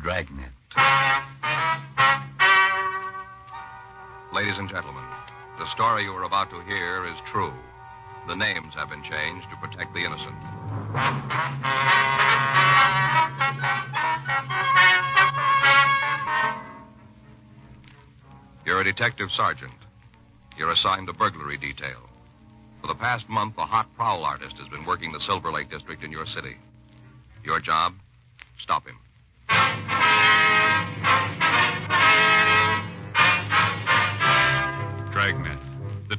Dragnet. Ladies and gentlemen, the story you are about to hear is true. The names have been changed to protect the innocent. You're a detective sergeant. You're assigned to burglary detail. For the past month, a hot prowl artist has been working the Silver Lake district in your city. Your job? Stop him. Dragnet, the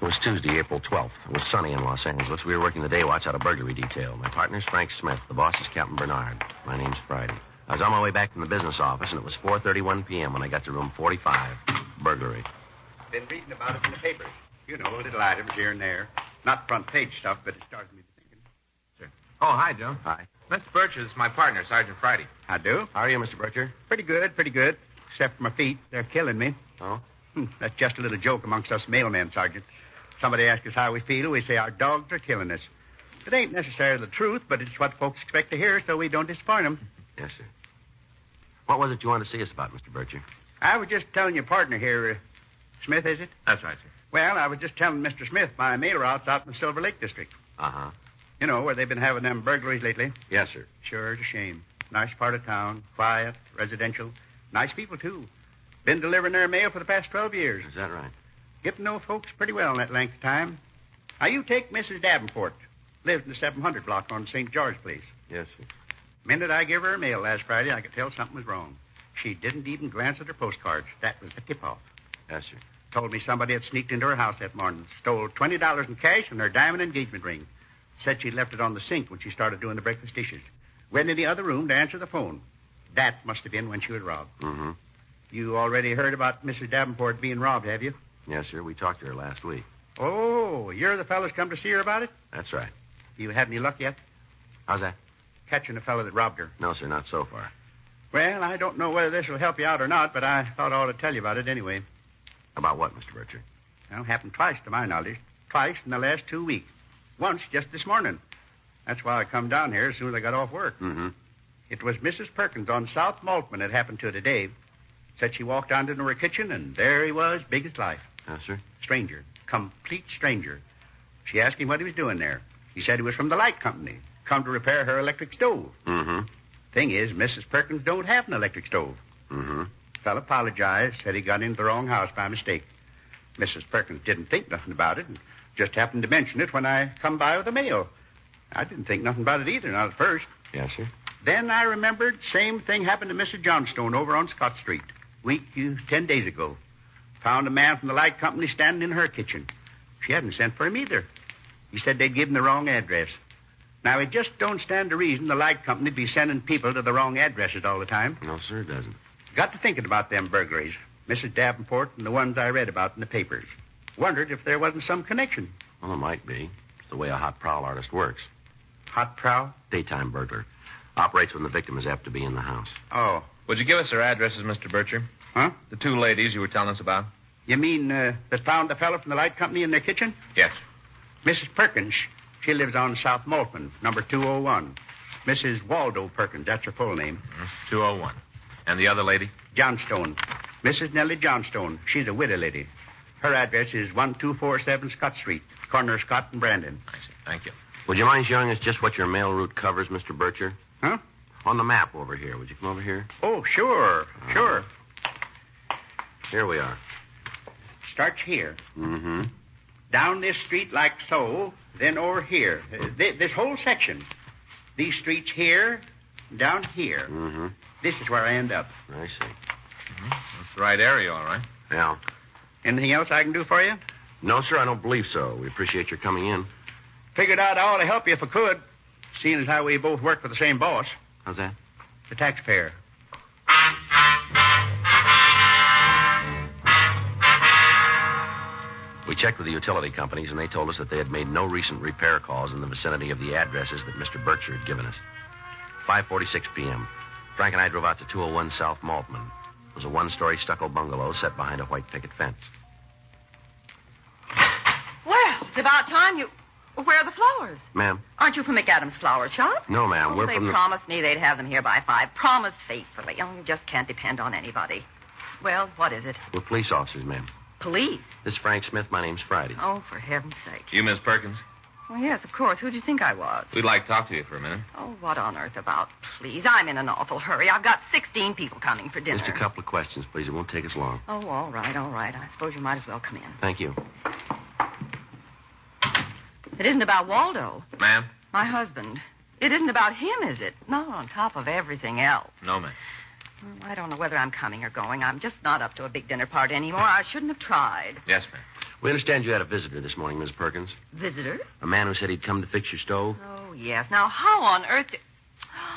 It was Tuesday, April 12th. It was sunny in Los Angeles. We were working the day watch out of burglary detail. My partner's Frank Smith. The boss is Captain Bernard. My name's Friday. I was on my way back from the business office, and it was 4.31 p.m. when I got to room 45. Burglary. Been reading about it in the papers. You know, little items here and there. Not front page stuff, but it starts me to thinking. Oh, hi, Joe. Hi. Miss Birch is my partner, Sergeant Friday. I do. How are you, Mr. Bercher? Pretty good, pretty good. Except for my feet. They're killing me. Oh? Hmm, That's just a little joke amongst us mailmen, Sergeant. Somebody asks us how we feel, we say our dogs are killing us. It ain't necessarily the truth, but it's what folks expect to hear, so we don't disappoint 'em. Yes, sir. What was it you wanted to see us about, Mr. Bercher? I was just telling your partner here, uh, Smith, is it? That's right, sir. Well, I was just telling Mr. Smith my mail route's out in the Silver Lake district. Uh-huh. You know, where they've been having them burglaries lately. Yes, sir. Sure is a shame. Nice part of town, quiet, residential. Nice people, too. Been delivering their mail for the past 12 years. Is that right? Get to know folks pretty well in that length of time. Now, you take Mrs. Davenport. Lives in the 700 block on St. George Place. Yes, sir. Minute I gave her her mail last Friday, I could tell something was wrong. She didn't even glance at her postcards. That was the tip-off. Yes, sir. Told me somebody had sneaked into her house that morning, stole $20 in cash and her diamond engagement ring. Said she left it on the sink when she started doing the breakfast dishes. Went in the other room to answer the phone. That must have been when she was robbed. Mm-hmm. You already heard about Mrs. Davenport being robbed, have you? Yes, sir. We talked to her last week. Oh, you're the fellas come to see her about it? That's right. You had any luck yet? How's that? Catching the fellow that robbed her. No, sir, not so far. Well, I don't know whether this will help you out or not, but I thought I ought to tell you about it anyway. About what, Mr. Bercher? Well, happened twice to my knowledge. Twice in the last two weeks. Once just this morning. That's why I come down here as soon as I got off work. Mm-hmm. It was Mrs. Perkins on South Maltman it happened to today. Said she walked down into her kitchen, and there he was, big as life. Yes, sir. Stranger. Complete stranger. She asked him what he was doing there. He said he was from the light company. Come to repair her electric stove. Mm-hmm. Thing is, Mrs. Perkins don't have an electric stove. Mm-hmm. Fella apologized, said he got into the wrong house by mistake. Mrs. Perkins didn't think nothing about it and just happened to mention it when I come by with the mail. I didn't think nothing about it either, not at first. Yes, sir. Then I remembered same thing happened to Mrs. Johnstone over on Scott Street. Week uh, ten days ago. Found a man from the light company standing in her kitchen. She hadn't sent for him either. He said they'd given the wrong address. Now it just don't stand to reason the light company'd be sending people to the wrong addresses all the time. No, sir, it doesn't. Got to thinking about them burglaries, Mrs. Davenport and the ones I read about in the papers. Wondered if there wasn't some connection. Well, it might be. It's the way a hot prowl artist works. Hot prowl? Daytime burglar. Operates when the victim is apt to be in the house. Oh, Would you give us their addresses, Mr. Bircher? huh? The two ladies you were telling us about? You mean uh, that found the fellow from the light company in their kitchen? Yes. Mrs. Perkins. She lives on South Maltman, number 201. Mrs. Waldo Perkins, that's her full name. Mm-hmm. 201. And the other lady? Johnstone. Mrs. Nellie Johnstone. She's a widow lady. Her address is 1247 Scott Street, corner of Scott and Brandon. I see. Thank you. Would you mind showing us just what your mail route covers, Mr. Bircher? Huh? On the map over here. Would you come over here? Oh, sure, sure. Here we are. Starts here. Mm-hmm. down this street like so, then over here. Uh, thi- this whole section. These streets here, down here. Mm-hmm. This is where I end up. I see. Mm-hmm. That's the right area, all right. Now, Anything else I can do for you? no, sir, I don't believe so. We appreciate your coming in. Figured out I ought to help you if I could, seeing as how we both work for the same boss, How's that? the taxpayer. We checked with the utility companies, and they told us that they had made no recent repair calls in the vicinity of the addresses that Mr. Berkshire had given us. 5.46 p.m. Frank and I drove out to 201 South Maltman. It was a one-story stucco bungalow set behind a white picket fence. Well, it's about time you. Where are the flowers? Ma'am? Aren't you from McAdams Flower Shop? No, ma'am. Oh, we're they from the... promised me they'd have them here by five. Promised faithfully. Oh, you just can't depend on anybody. Well, what is it? We're police officers, ma'am. Police? This is Frank Smith. My name's Friday. Oh, for heaven's sake. You, Miss Perkins? Well, yes, of course. Who'd you think I was? We'd like to talk to you for a minute. Oh, what on earth about? Please, I'm in an awful hurry. I've got 16 people coming for dinner. Just a couple of questions, please. It won't take us long. Oh, all right, all right. I suppose you might as well come in. Thank you. It isn't about Waldo, Ma'am? my husband. It isn't about him, is it? Not on top of everything else. No, ma'am. Well, I don't know whether I'm coming or going. I'm just not up to a big dinner party anymore. I shouldn't have tried. Yes, ma'am. We understand you had a visitor this morning, Miss Perkins. Visitor? A man who said he'd come to fix your stove. Oh, yes. Now, how on earth. Did...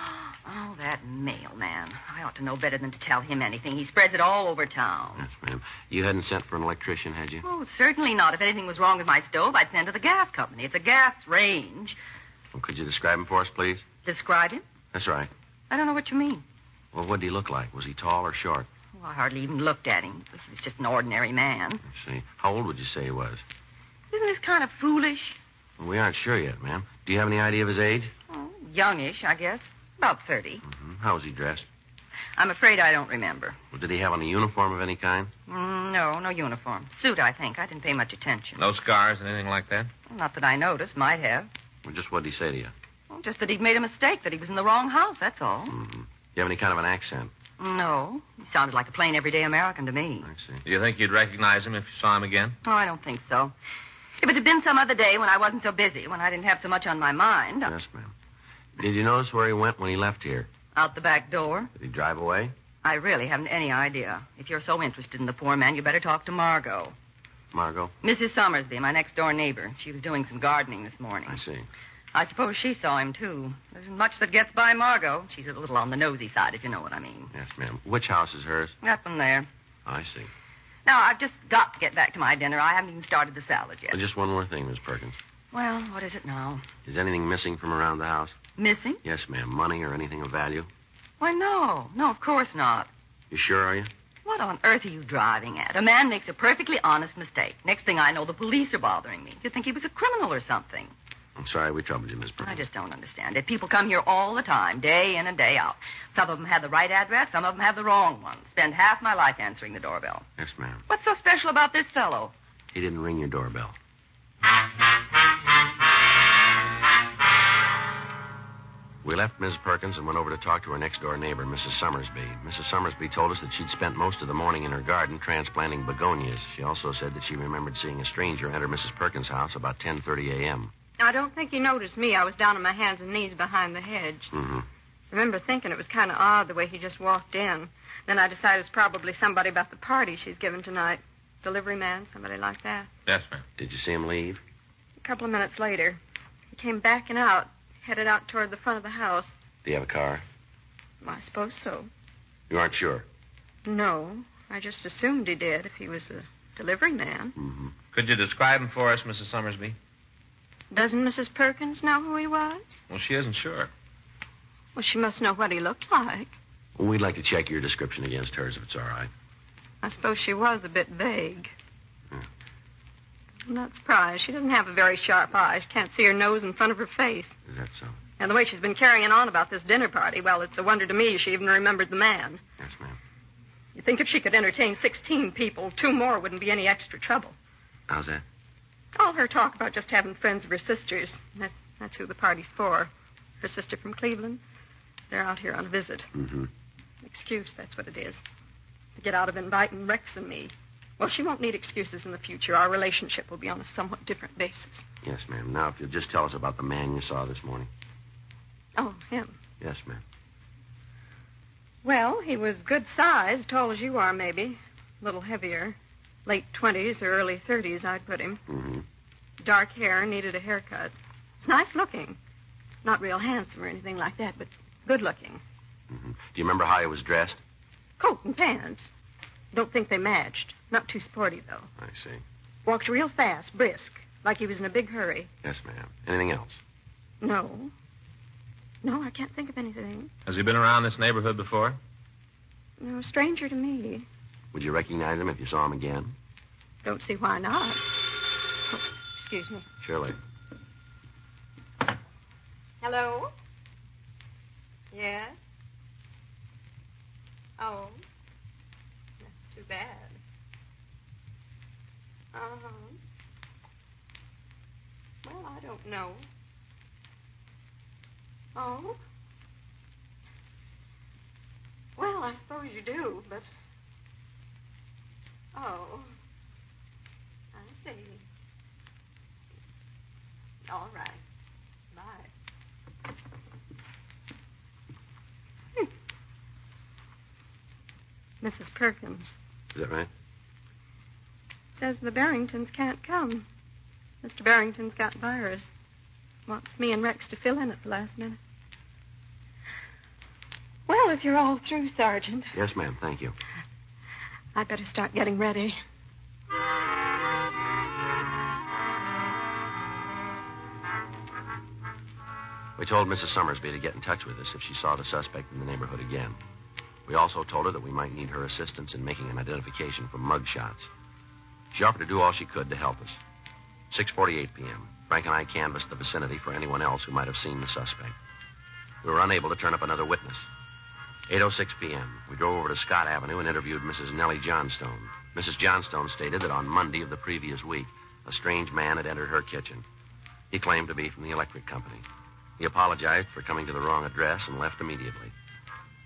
Oh, that mailman. I ought to know better than to tell him anything. He spreads it all over town. Yes, ma'am. You hadn't sent for an electrician, had you? Oh, certainly not. If anything was wrong with my stove, I'd send to the gas company. It's a gas range. Well, could you describe him for us, please? Describe him? That's right. I don't know what you mean. Well, what did he look like? Was he tall or short? Well, I hardly even looked at him. He was just an ordinary man. Let's see. How old would you say he was? Isn't this kind of foolish? Well, we aren't sure yet, ma'am. Do you have any idea of his age? Oh, youngish, I guess. About 30. hmm How was he dressed? I'm afraid I don't remember. Well, did he have on a uniform of any kind? Mm, no, no uniform. Suit, I think. I didn't pay much attention. No scars, anything like that? Not that I noticed. Might have. Well, just what did he say to you? Well, just that he'd made a mistake, that he was in the wrong house, that's all. hmm You have any kind of an accent? No. He sounded like a plain everyday American to me. I see. Do you think you'd recognize him if you saw him again? Oh, I don't think so. If it had been some other day when I wasn't so busy, when I didn't have so much on my mind, Yes, ma'am. Did you notice where he went when he left here? out the back door, Did he drive away? I really haven't any idea. If you're so interested in the poor man, you better talk to Margot. Margot? Mrs. Somersby, my next door neighbor. She was doing some gardening this morning. I see. I suppose she saw him, too. There isn't much that gets by Margot. She's a little on the nosy side, if you know what I mean. Yes, ma'am. Which house is hers? That one there. I see. Now, I've just got to get back to my dinner. I haven't even started the salad yet. Well, just one more thing, Miss Perkins. Well, what is it now? Is anything missing from around the house? Missing? Yes, ma'am. Money or anything of value? Why, no. No, of course not. You sure, are you? What on earth are you driving at? A man makes a perfectly honest mistake. Next thing I know, the police are bothering me. You'd think he was a criminal or something. I'm sorry we troubled you, Miss Perkins. I just don't understand it. People come here all the time, day in and day out. Some of them have the right address, some of them have the wrong one. Spend half my life answering the doorbell. Yes, ma'am. What's so special about this fellow? He didn't ring your doorbell. We left Miss Perkins and went over to talk to her next door neighbor, Mrs. Summersby. Mrs. Summersby told us that she'd spent most of the morning in her garden transplanting begonias. She also said that she remembered seeing a stranger enter Mrs. Perkins' house about 10:30 a.m. I don't think you noticed me. I was down on my hands and knees behind the hedge. Mm-hmm. I remember thinking it was kind of odd the way he just walked in. Then I decided it was probably somebody about the party she's giving tonight. Delivery man, somebody like that. Yes, ma'am. Did you see him leave? A couple of minutes later, he came backing out, headed out toward the front of the house. Do you have a car? Well, I suppose so. You aren't sure. No, I just assumed he did if he was a delivery man. Mm-hmm. Could you describe him for us, Mrs. Summersby? Doesn't Mrs. Perkins know who he was? Well, she isn't sure. Well, she must know what he looked like. Well, we'd like to check your description against hers if it's all right. I suppose she was a bit vague. Hmm. I'm not surprised. She doesn't have a very sharp eye. She can't see her nose in front of her face. Is that so? And the way she's been carrying on about this dinner party, well, it's a wonder to me she even remembered the man. Yes, ma'am. You think if she could entertain 16 people, two more wouldn't be any extra trouble. How's that? All her talk about just having friends of her sister's, that, that's who the party's for. Her sister from Cleveland, they're out here on a visit. Mm-hmm. Excuse, that's what it is. To get out of inviting Rex and me. Well, she won't need excuses in the future. Our relationship will be on a somewhat different basis. Yes, ma'am. Now, if you'll just tell us about the man you saw this morning. Oh, him. Yes, ma'am. Well, he was good size, tall as you are, maybe. A little heavier. Late 20s or early 30s, I'd put him. Mm-hmm. Dark hair, needed a haircut. Nice looking. Not real handsome or anything like that, but good looking. mm-hmm. Do you remember how he was dressed? Coat and pants. Don't think they matched. Not too sporty, though. I see. Walked real fast, brisk, like he was in a big hurry. Yes, ma'am. Anything else? No. No, I can't think of anything. Has he been around this neighborhood before? No, stranger to me. Would you recognize him if you saw him again? Don't see why not. Oh, excuse me. Surely. Hello? Yes? Oh. That's too bad. Uh huh. Well, I don't know. Oh? Well, I suppose you do, but. Oh. I see. All right. Bye. Mrs. Perkins Is that right? says the Barringtons can't come. Mr. Barrington's got virus. Wants me and Rex to fill in at the last minute. Well, if you're all through, Sergeant, Yes, ma'am. Thank you. I'd better start getting ready. We told Mrs. Summersby to get in touch with us if she saw the suspect in the neighborhood again. We also told her that we might need her assistance in making an identification from mug shots. She offered to do all she could to help us. 6:48 p.m. Frank and I canvassed the vicinity for anyone else who might have seen the suspect. We were unable to turn up another witness. 8:06 p.m. We drove over to Scott Avenue and interviewed Mrs. Nellie Johnstone. Mrs. Johnstone stated that on Monday of the previous week, a strange man had entered her kitchen. He claimed to be from the electric company. He apologized for coming to the wrong address and left immediately.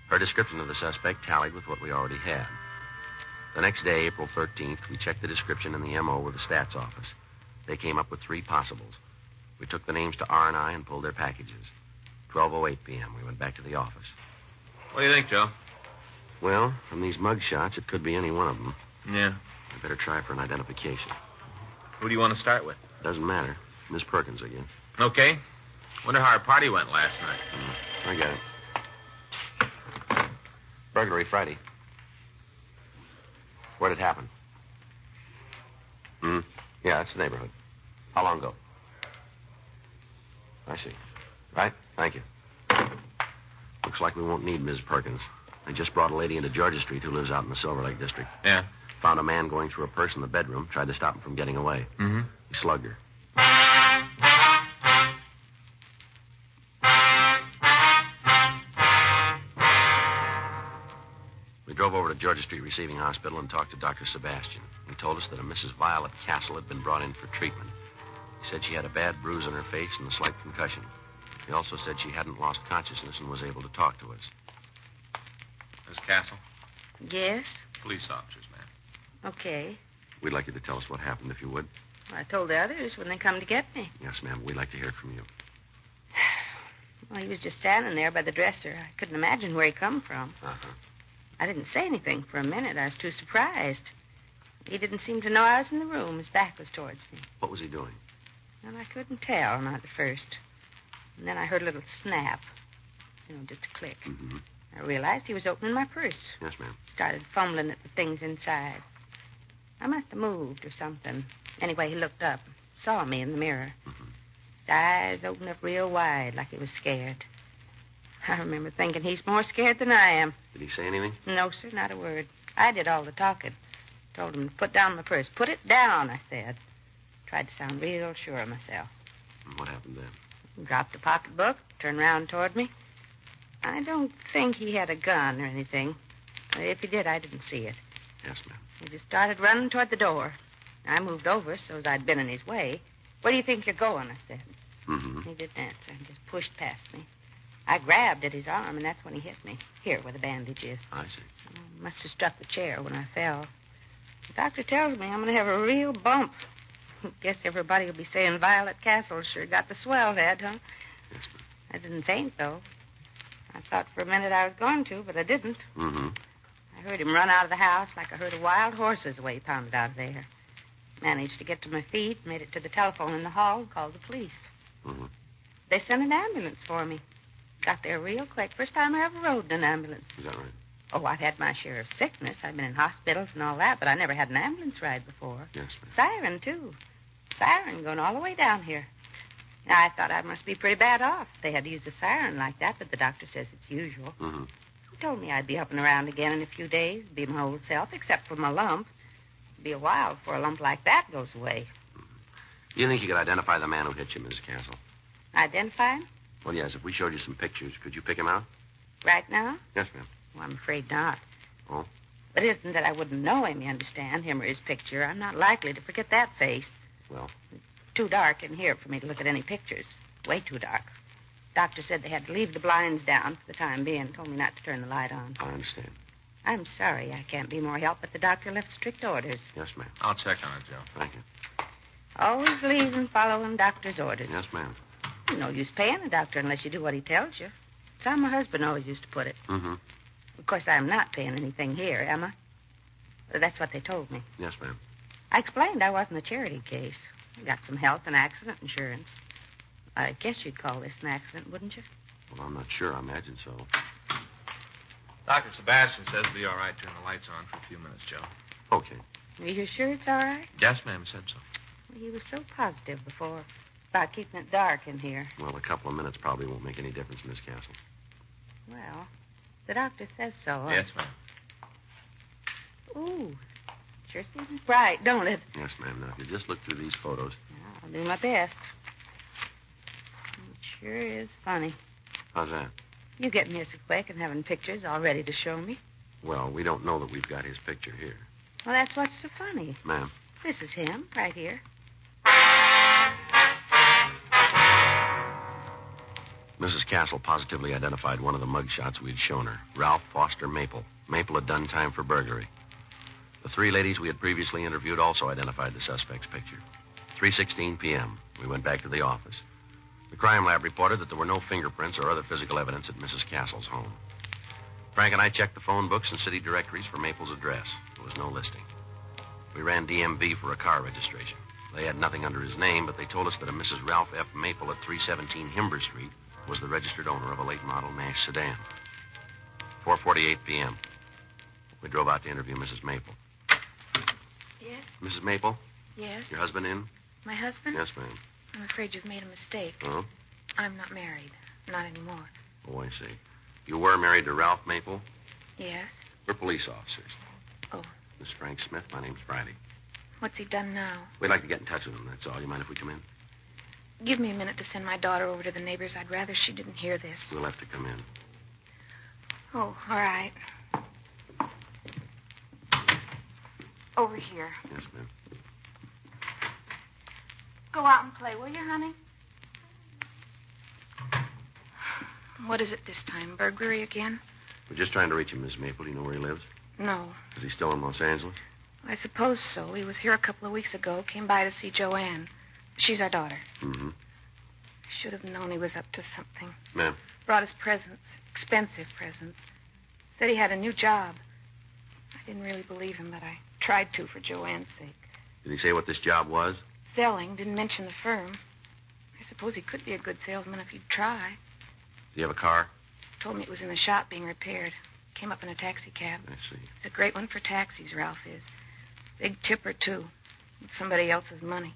Her description of the suspect tallied with what we already had. The next day, April 13th, we checked the description in the MO with the stats office. They came up with three possibles. We took the names to R&I and pulled their packages. 12.08 p.m., we went back to the office. What do you think, Joe? Well, from these mug shots, it could be any one of them. Yeah. I better try for an identification. Who do you want to start with? Doesn't matter. Miss Perkins again. Okay. Wonder how our party went last night. Mm, I got it. Burglary Friday. Where'd it happen? Hmm? Yeah, that's the neighborhood. How long ago? I see. Right? Thank you. Looks like we won't need Ms. Perkins. They just brought a lady into Georgia Street who lives out in the Silver Lake District. Yeah. Found a man going through a purse in the bedroom, tried to stop him from getting away. Mm-hmm. He slugged her. We drove over to Georgia Street Receiving Hospital and talked to Dr. Sebastian. He told us that a Mrs. Violet Castle had been brought in for treatment. He said she had a bad bruise on her face and a slight concussion. He also said she hadn't lost consciousness and was able to talk to us. Miss Castle, Yes? police officers, ma'am. Okay. We'd like you to tell us what happened, if you would. I told the others when they come to get me. Yes, ma'am. We'd like to hear it from you. Well, he was just standing there by the dresser. I couldn't imagine where he come from. Uh-huh. I didn't say anything for a minute. I was too surprised. He didn't seem to know I was in the room. His back was towards me. What was he doing? Well, I couldn't tell, not at first. And then I heard a little snap. You know, just a click. Mm-hmm. I realized he was opening my purse. Yes, ma'am. Started fumbling at the things inside. I must have moved or something. Anyway, he looked up, saw me in the mirror. Mhm. His eyes opened up real wide, like he was scared. I remember thinking he's more scared than I am. Did he say anything? No, sir, not a word. I did all the talking. Told him to put down my purse. Put it down, I said. Tried to sound real sure of myself. And What happened then? Dropped the pocketbook, turned round toward me. I don't think he had a gun or anything. If he did, I didn't see it. Yes, ma'am. He just started running toward the door. I moved over so as I'd been in his way. Where do you think you're going? I said. Mm-hmm. He didn't answer. He just pushed past me. I grabbed at his arm, and that's when he hit me. Here, where the bandage is. I see. Oh, must have struck the chair when I fell. The doctor tells me I'm going to have a real bump. Guess everybody will be saying Violet Castle sure got the swell head, huh? Yes, ma'am. I didn't faint, though. I thought for a minute I was going to, but I didn't. Mm-hmm. I heard him run out of the house like a herd of wild horses the way he pounded out of there. Managed to get to my feet, made it to the telephone in the hall, and called the police. Mhm. They sent an ambulance for me. Got there real quick. First time I ever rode in an ambulance. Is that right? Oh, I've had my share of sickness. I've been in hospitals and all that, but I never had an ambulance ride before. Yes, ma'am. Siren, too. Siren going all the way down here. Now, I thought I must be pretty bad off. They had to use a siren like that, but the doctor says it's usual. Mm-hmm. Who told me I'd be up and around again in a few days, be my old self, except for my lump? Be a while before a lump like that goes away. Do you think you could identify the man who hit you, Mrs. Castle? Identify him? Well, yes. If we showed you some pictures, could you pick him out? Right now? Yes, ma'am. Well, I'm afraid not. Oh? But it isn't that I wouldn't know him, you understand, him or his picture. I'm not likely to forget that face. Well? Too dark in here for me to look at any pictures. Way too dark. Doctor said they had to leave the blinds down for the time being. Told me not to turn the light on. I understand. I'm sorry I can't be more help, but the doctor left strict orders. Yes, ma'am. I'll check on it, Joe. Thank you. Always believing, following doctor's orders. Yes, ma'am. No use paying the doctor unless you do what he tells you. That's how my husband always used to put it. Mm-hmm. Of course, I'm not paying anything here, am I? That's what they told me. Yes, ma'am. I explained I wasn't a charity case. I got some health and accident insurance. I guess you'd call this an accident, wouldn't you? Well, I'm not sure. I imagine so. Dr. Sebastian says it'll be all right turning the lights on for a few minutes, Joe. Okay. Are you sure it's all right? Yes, ma'am, said so. He was so positive before about keeping it dark in here. Well, a couple of minutes probably won't make any difference, Miss Castle. Well, the doctor says so. Yes, ma'am. Ooh, sure seems bright, don't it? Yes, ma'am. Now, if you just look through these photos. I'll do my best. It sure is funny. How's that? You getting here so quick and having pictures all ready to show me. Well, we don't know that we've got his picture here. Well, that's what's so funny. Ma'am. This is him, right here. Mrs. Castle positively identified one of the mug shots we had shown her Ralph Foster Maple. Maple had done time for burglary. The three ladies we had previously interviewed also identified the suspect's picture. 3:16 p.m. We went back to the office. The crime lab reported that there were no fingerprints or other physical evidence at Mrs. Castle's home. Frank and I checked the phone books and city directories for Maple's address. There was no listing. We ran DMV for a car registration. They had nothing under his name, but they told us that a Mrs. Ralph F. Maple at 317 Himber Street was the registered owner of a late model Nash sedan. 4:48 p.m. We drove out to interview Mrs. Maple. Yes, Mrs. Maple, yes. Uh-huh. your husband in? My husband? Yes, ma'am. I'm afraid you've made a mistake. Oh, I'm not married. Not anymore. oh, I see. You were married to Ralph Maple. Yes? We're police officers. Oh. Miss Frank Smith. My name's Friday. What's he done now? We'd like to get in touch with him. That's all. You mind if we come in? Give me a minute to send my daughter over to the neighbors. I'd rather she didn't hear this. We'll have to come in. Oh, all right. Over here. Yes, ma'am. Go out and play, will you, honey? What is it this time? Burglary again? We're just trying to reach him, Miss Maple. Do you know where he lives? No. Is he still in Los Angeles? I suppose so. He was here a couple of weeks ago, came by to see Joanne. She's our daughter. Mm-hmm. Should have known he was up to something. Ma'am. Brought us presents, expensive presents. Said he had a new job. I didn't really believe him, but I tried to for Joanne's sake. Did he say what this job was? Selling, didn't mention the firm. I suppose he could be a good salesman if he'd try. Do you have a car? Told me it was in the shop being repaired. Came up in a taxi cab. I see. It's a great one for taxis, Ralph is. Big tipper, too. With somebody else's money.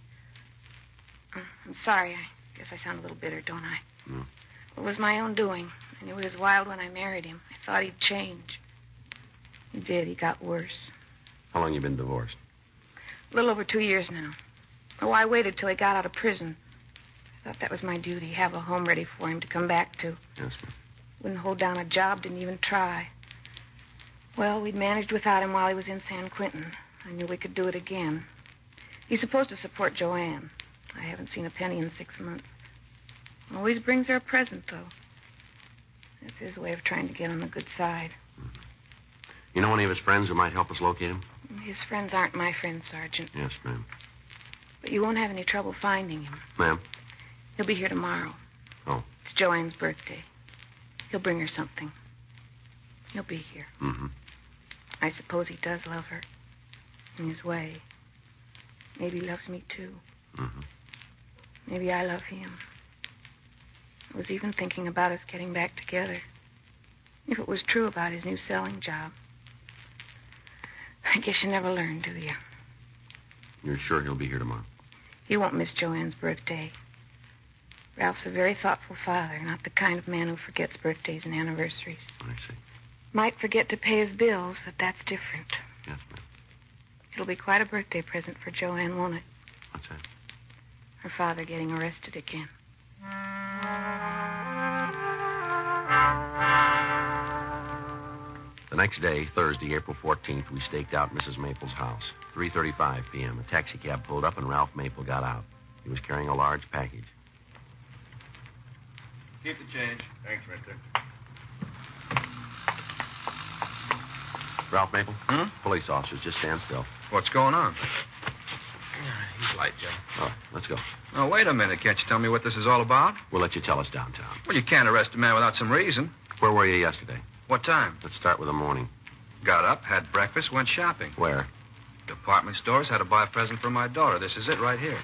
Uh, I'm sorry. I guess I sound a little bitter, don't I? No. It was my own doing. I knew he was wild when I married him. I thought he'd change. He did. He got worse. How long you been divorced? A little over two years now. Oh, I waited till he got out of prison. I thought that was my duty, have a home ready for him to come back to. Yes, ma'am. Wouldn't hold down a job, didn't even try. Well, we'd managed without him while he was in San Quentin. I knew we could do it again. He's supposed to support Joanne. I haven't seen a penny in six months. Always brings her a present, though. That's his way of trying to get on the good side. You know any of his friends who might help us locate him? His friends aren't my friends, Sergeant, Yes, ma'am. but you won't have any trouble finding him. Ma'am? He'll be here tomorrow. Oh. It's Joanne's birthday. He'll bring her something. He'll be here. Mm-hmm. I suppose he does love her. In his way. Maybe he loves me too. Mm-hmm. Maybe I love him. I was even thinking about us getting back together. if it was true about his new selling job. I guess you never learn, do you? You're sure he'll be here tomorrow? You won't miss Joanne's birthday. Ralph's a very thoughtful father, not the kind of man who forgets birthdays and anniversaries. I see. Might forget to pay his bills, but that's different. Yes, ma'am. It'll be quite a birthday present for Joanne, won't it? What's that? Her father getting arrested again. The next day, Thursday, April 14th, we staked out Mrs. Maple's house. 3.35 p.m., a taxi cab pulled up and Ralph Maple got out. He was carrying a large package. Keep the change. Thanks, mister. Ralph Maple? Hmm? Police officers, just stand still. What's going on? He's light, Joe. All right, Oh, let's go. Now, wait a minute. Can't you tell me what this is all about? We'll let you tell us downtown. Well, you can't arrest a man without some reason. Where were you yesterday? What time? Let's start with the morning. Got up, had breakfast, went shopping. Where? Department stores, had to buy a present for my daughter. This is it right here.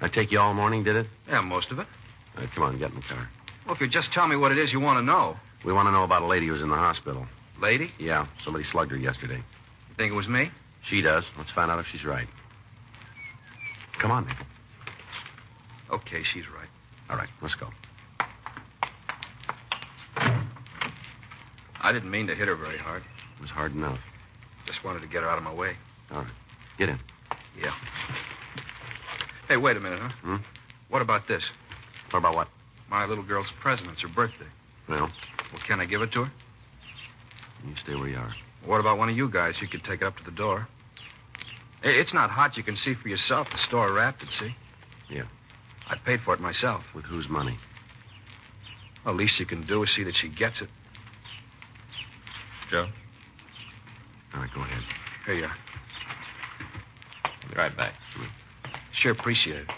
I take you all morning, did it? Yeah, most of it. All right, Uh, come on, get in the car. Well, if you just tell me what it is you want to know. We want to know about a lady who was in the hospital. Lady? Yeah, somebody slugged her yesterday. You think it was me? She does. Let's find out if she's right. Come on, Maple. Okay, she's right. All right, let's go. I didn't mean to hit her very hard. It was hard enough. Just wanted to get her out of my way. All right, get in. Yeah. Hey, wait a minute, huh? Hmm? What about this? What about what? My little girl's present. It's her birthday. Well, Well, can I give it to her? you stay where you are. What about one of you guys? You could take it up to the door. Hey, it's not hot. You can see for yourself. The store wrapped it, see? Yeah. I paid for it myself. With whose money? Well, least you can do is see that she gets it. Joe. All right, go ahead. Here you are. Be right back. Sure appreciate it.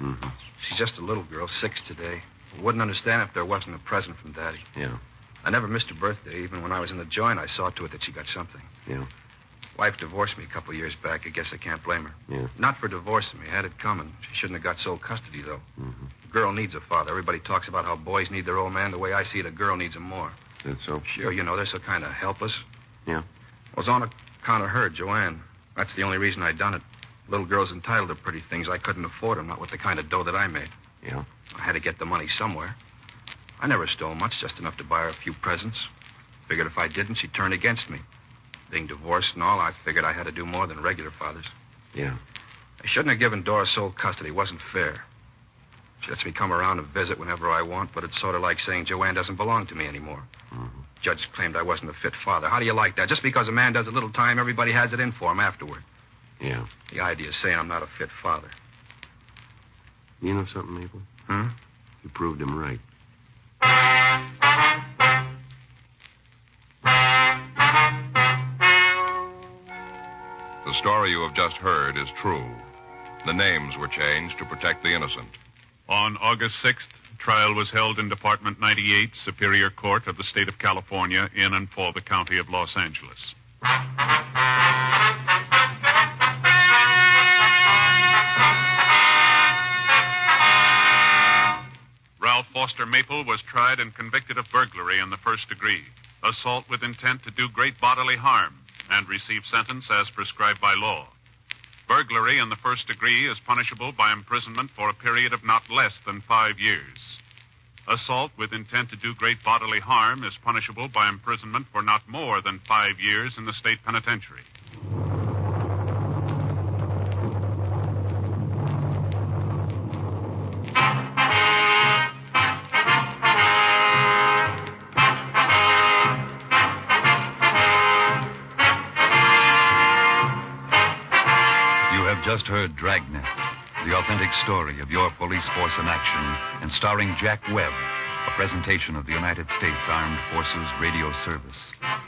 Mm-hmm. She's just a little girl, six today. Wouldn't understand if there wasn't a present from Daddy. Yeah, I never missed her birthday. Even when I was in the joint, I saw to it that she got something. yeah, Wife divorced me a couple years back. I guess I can't blame her. yeah. Not for divorcing me. Had it coming. She shouldn't have got sole custody, though. Mm-hmm. A girl needs a father. Everybody talks about how boys need their old man. The way I see it, a girl needs him more. That's so. Sure, you know, they're so kind of helpless. Yeah. It was on account of her, Joanne. That's the only reason I done it. Little girl's entitled to pretty things. I couldn't afford 'em, not with the kind of dough that I made. Yeah. I had to get the money somewhere. I never stole much, just enough to buy her a few presents. Figured if I didn't, she'd turn against me. Being divorced and all, I figured I had to do more than regular fathers. Yeah. I shouldn't have given Dora sole custody. It wasn't fair. She lets me come around and visit whenever I want, but it's sort of like saying Joanne doesn't belong to me anymore. Mm-hmm. Judge claimed I wasn't a fit father. How do you like that? Just because a man does a little time, everybody has it in for him afterward. Yeah. The idea is saying I'm not a fit father. You know something, Maple? Hmm? You proved him right. The story you have just heard is true. The names were changed to protect the innocent. On August 6th, trial was held in Department 98, Superior Court of the State of California, in and for the County of Los Angeles. Ralph Foster Maple was tried and convicted of burglary in the first degree, assault with intent to do great bodily harm, and received sentence as prescribed by law. Burglary in the first degree is punishable by imprisonment for a period of not less than five years. Assault with intent to do great bodily harm is punishable by imprisonment for not more than five years in the state penitentiary. You have just heard Dragnet, the authentic story of your police force in action, and starring Jack Webb, a presentation of the United States Armed Forces Radio Service.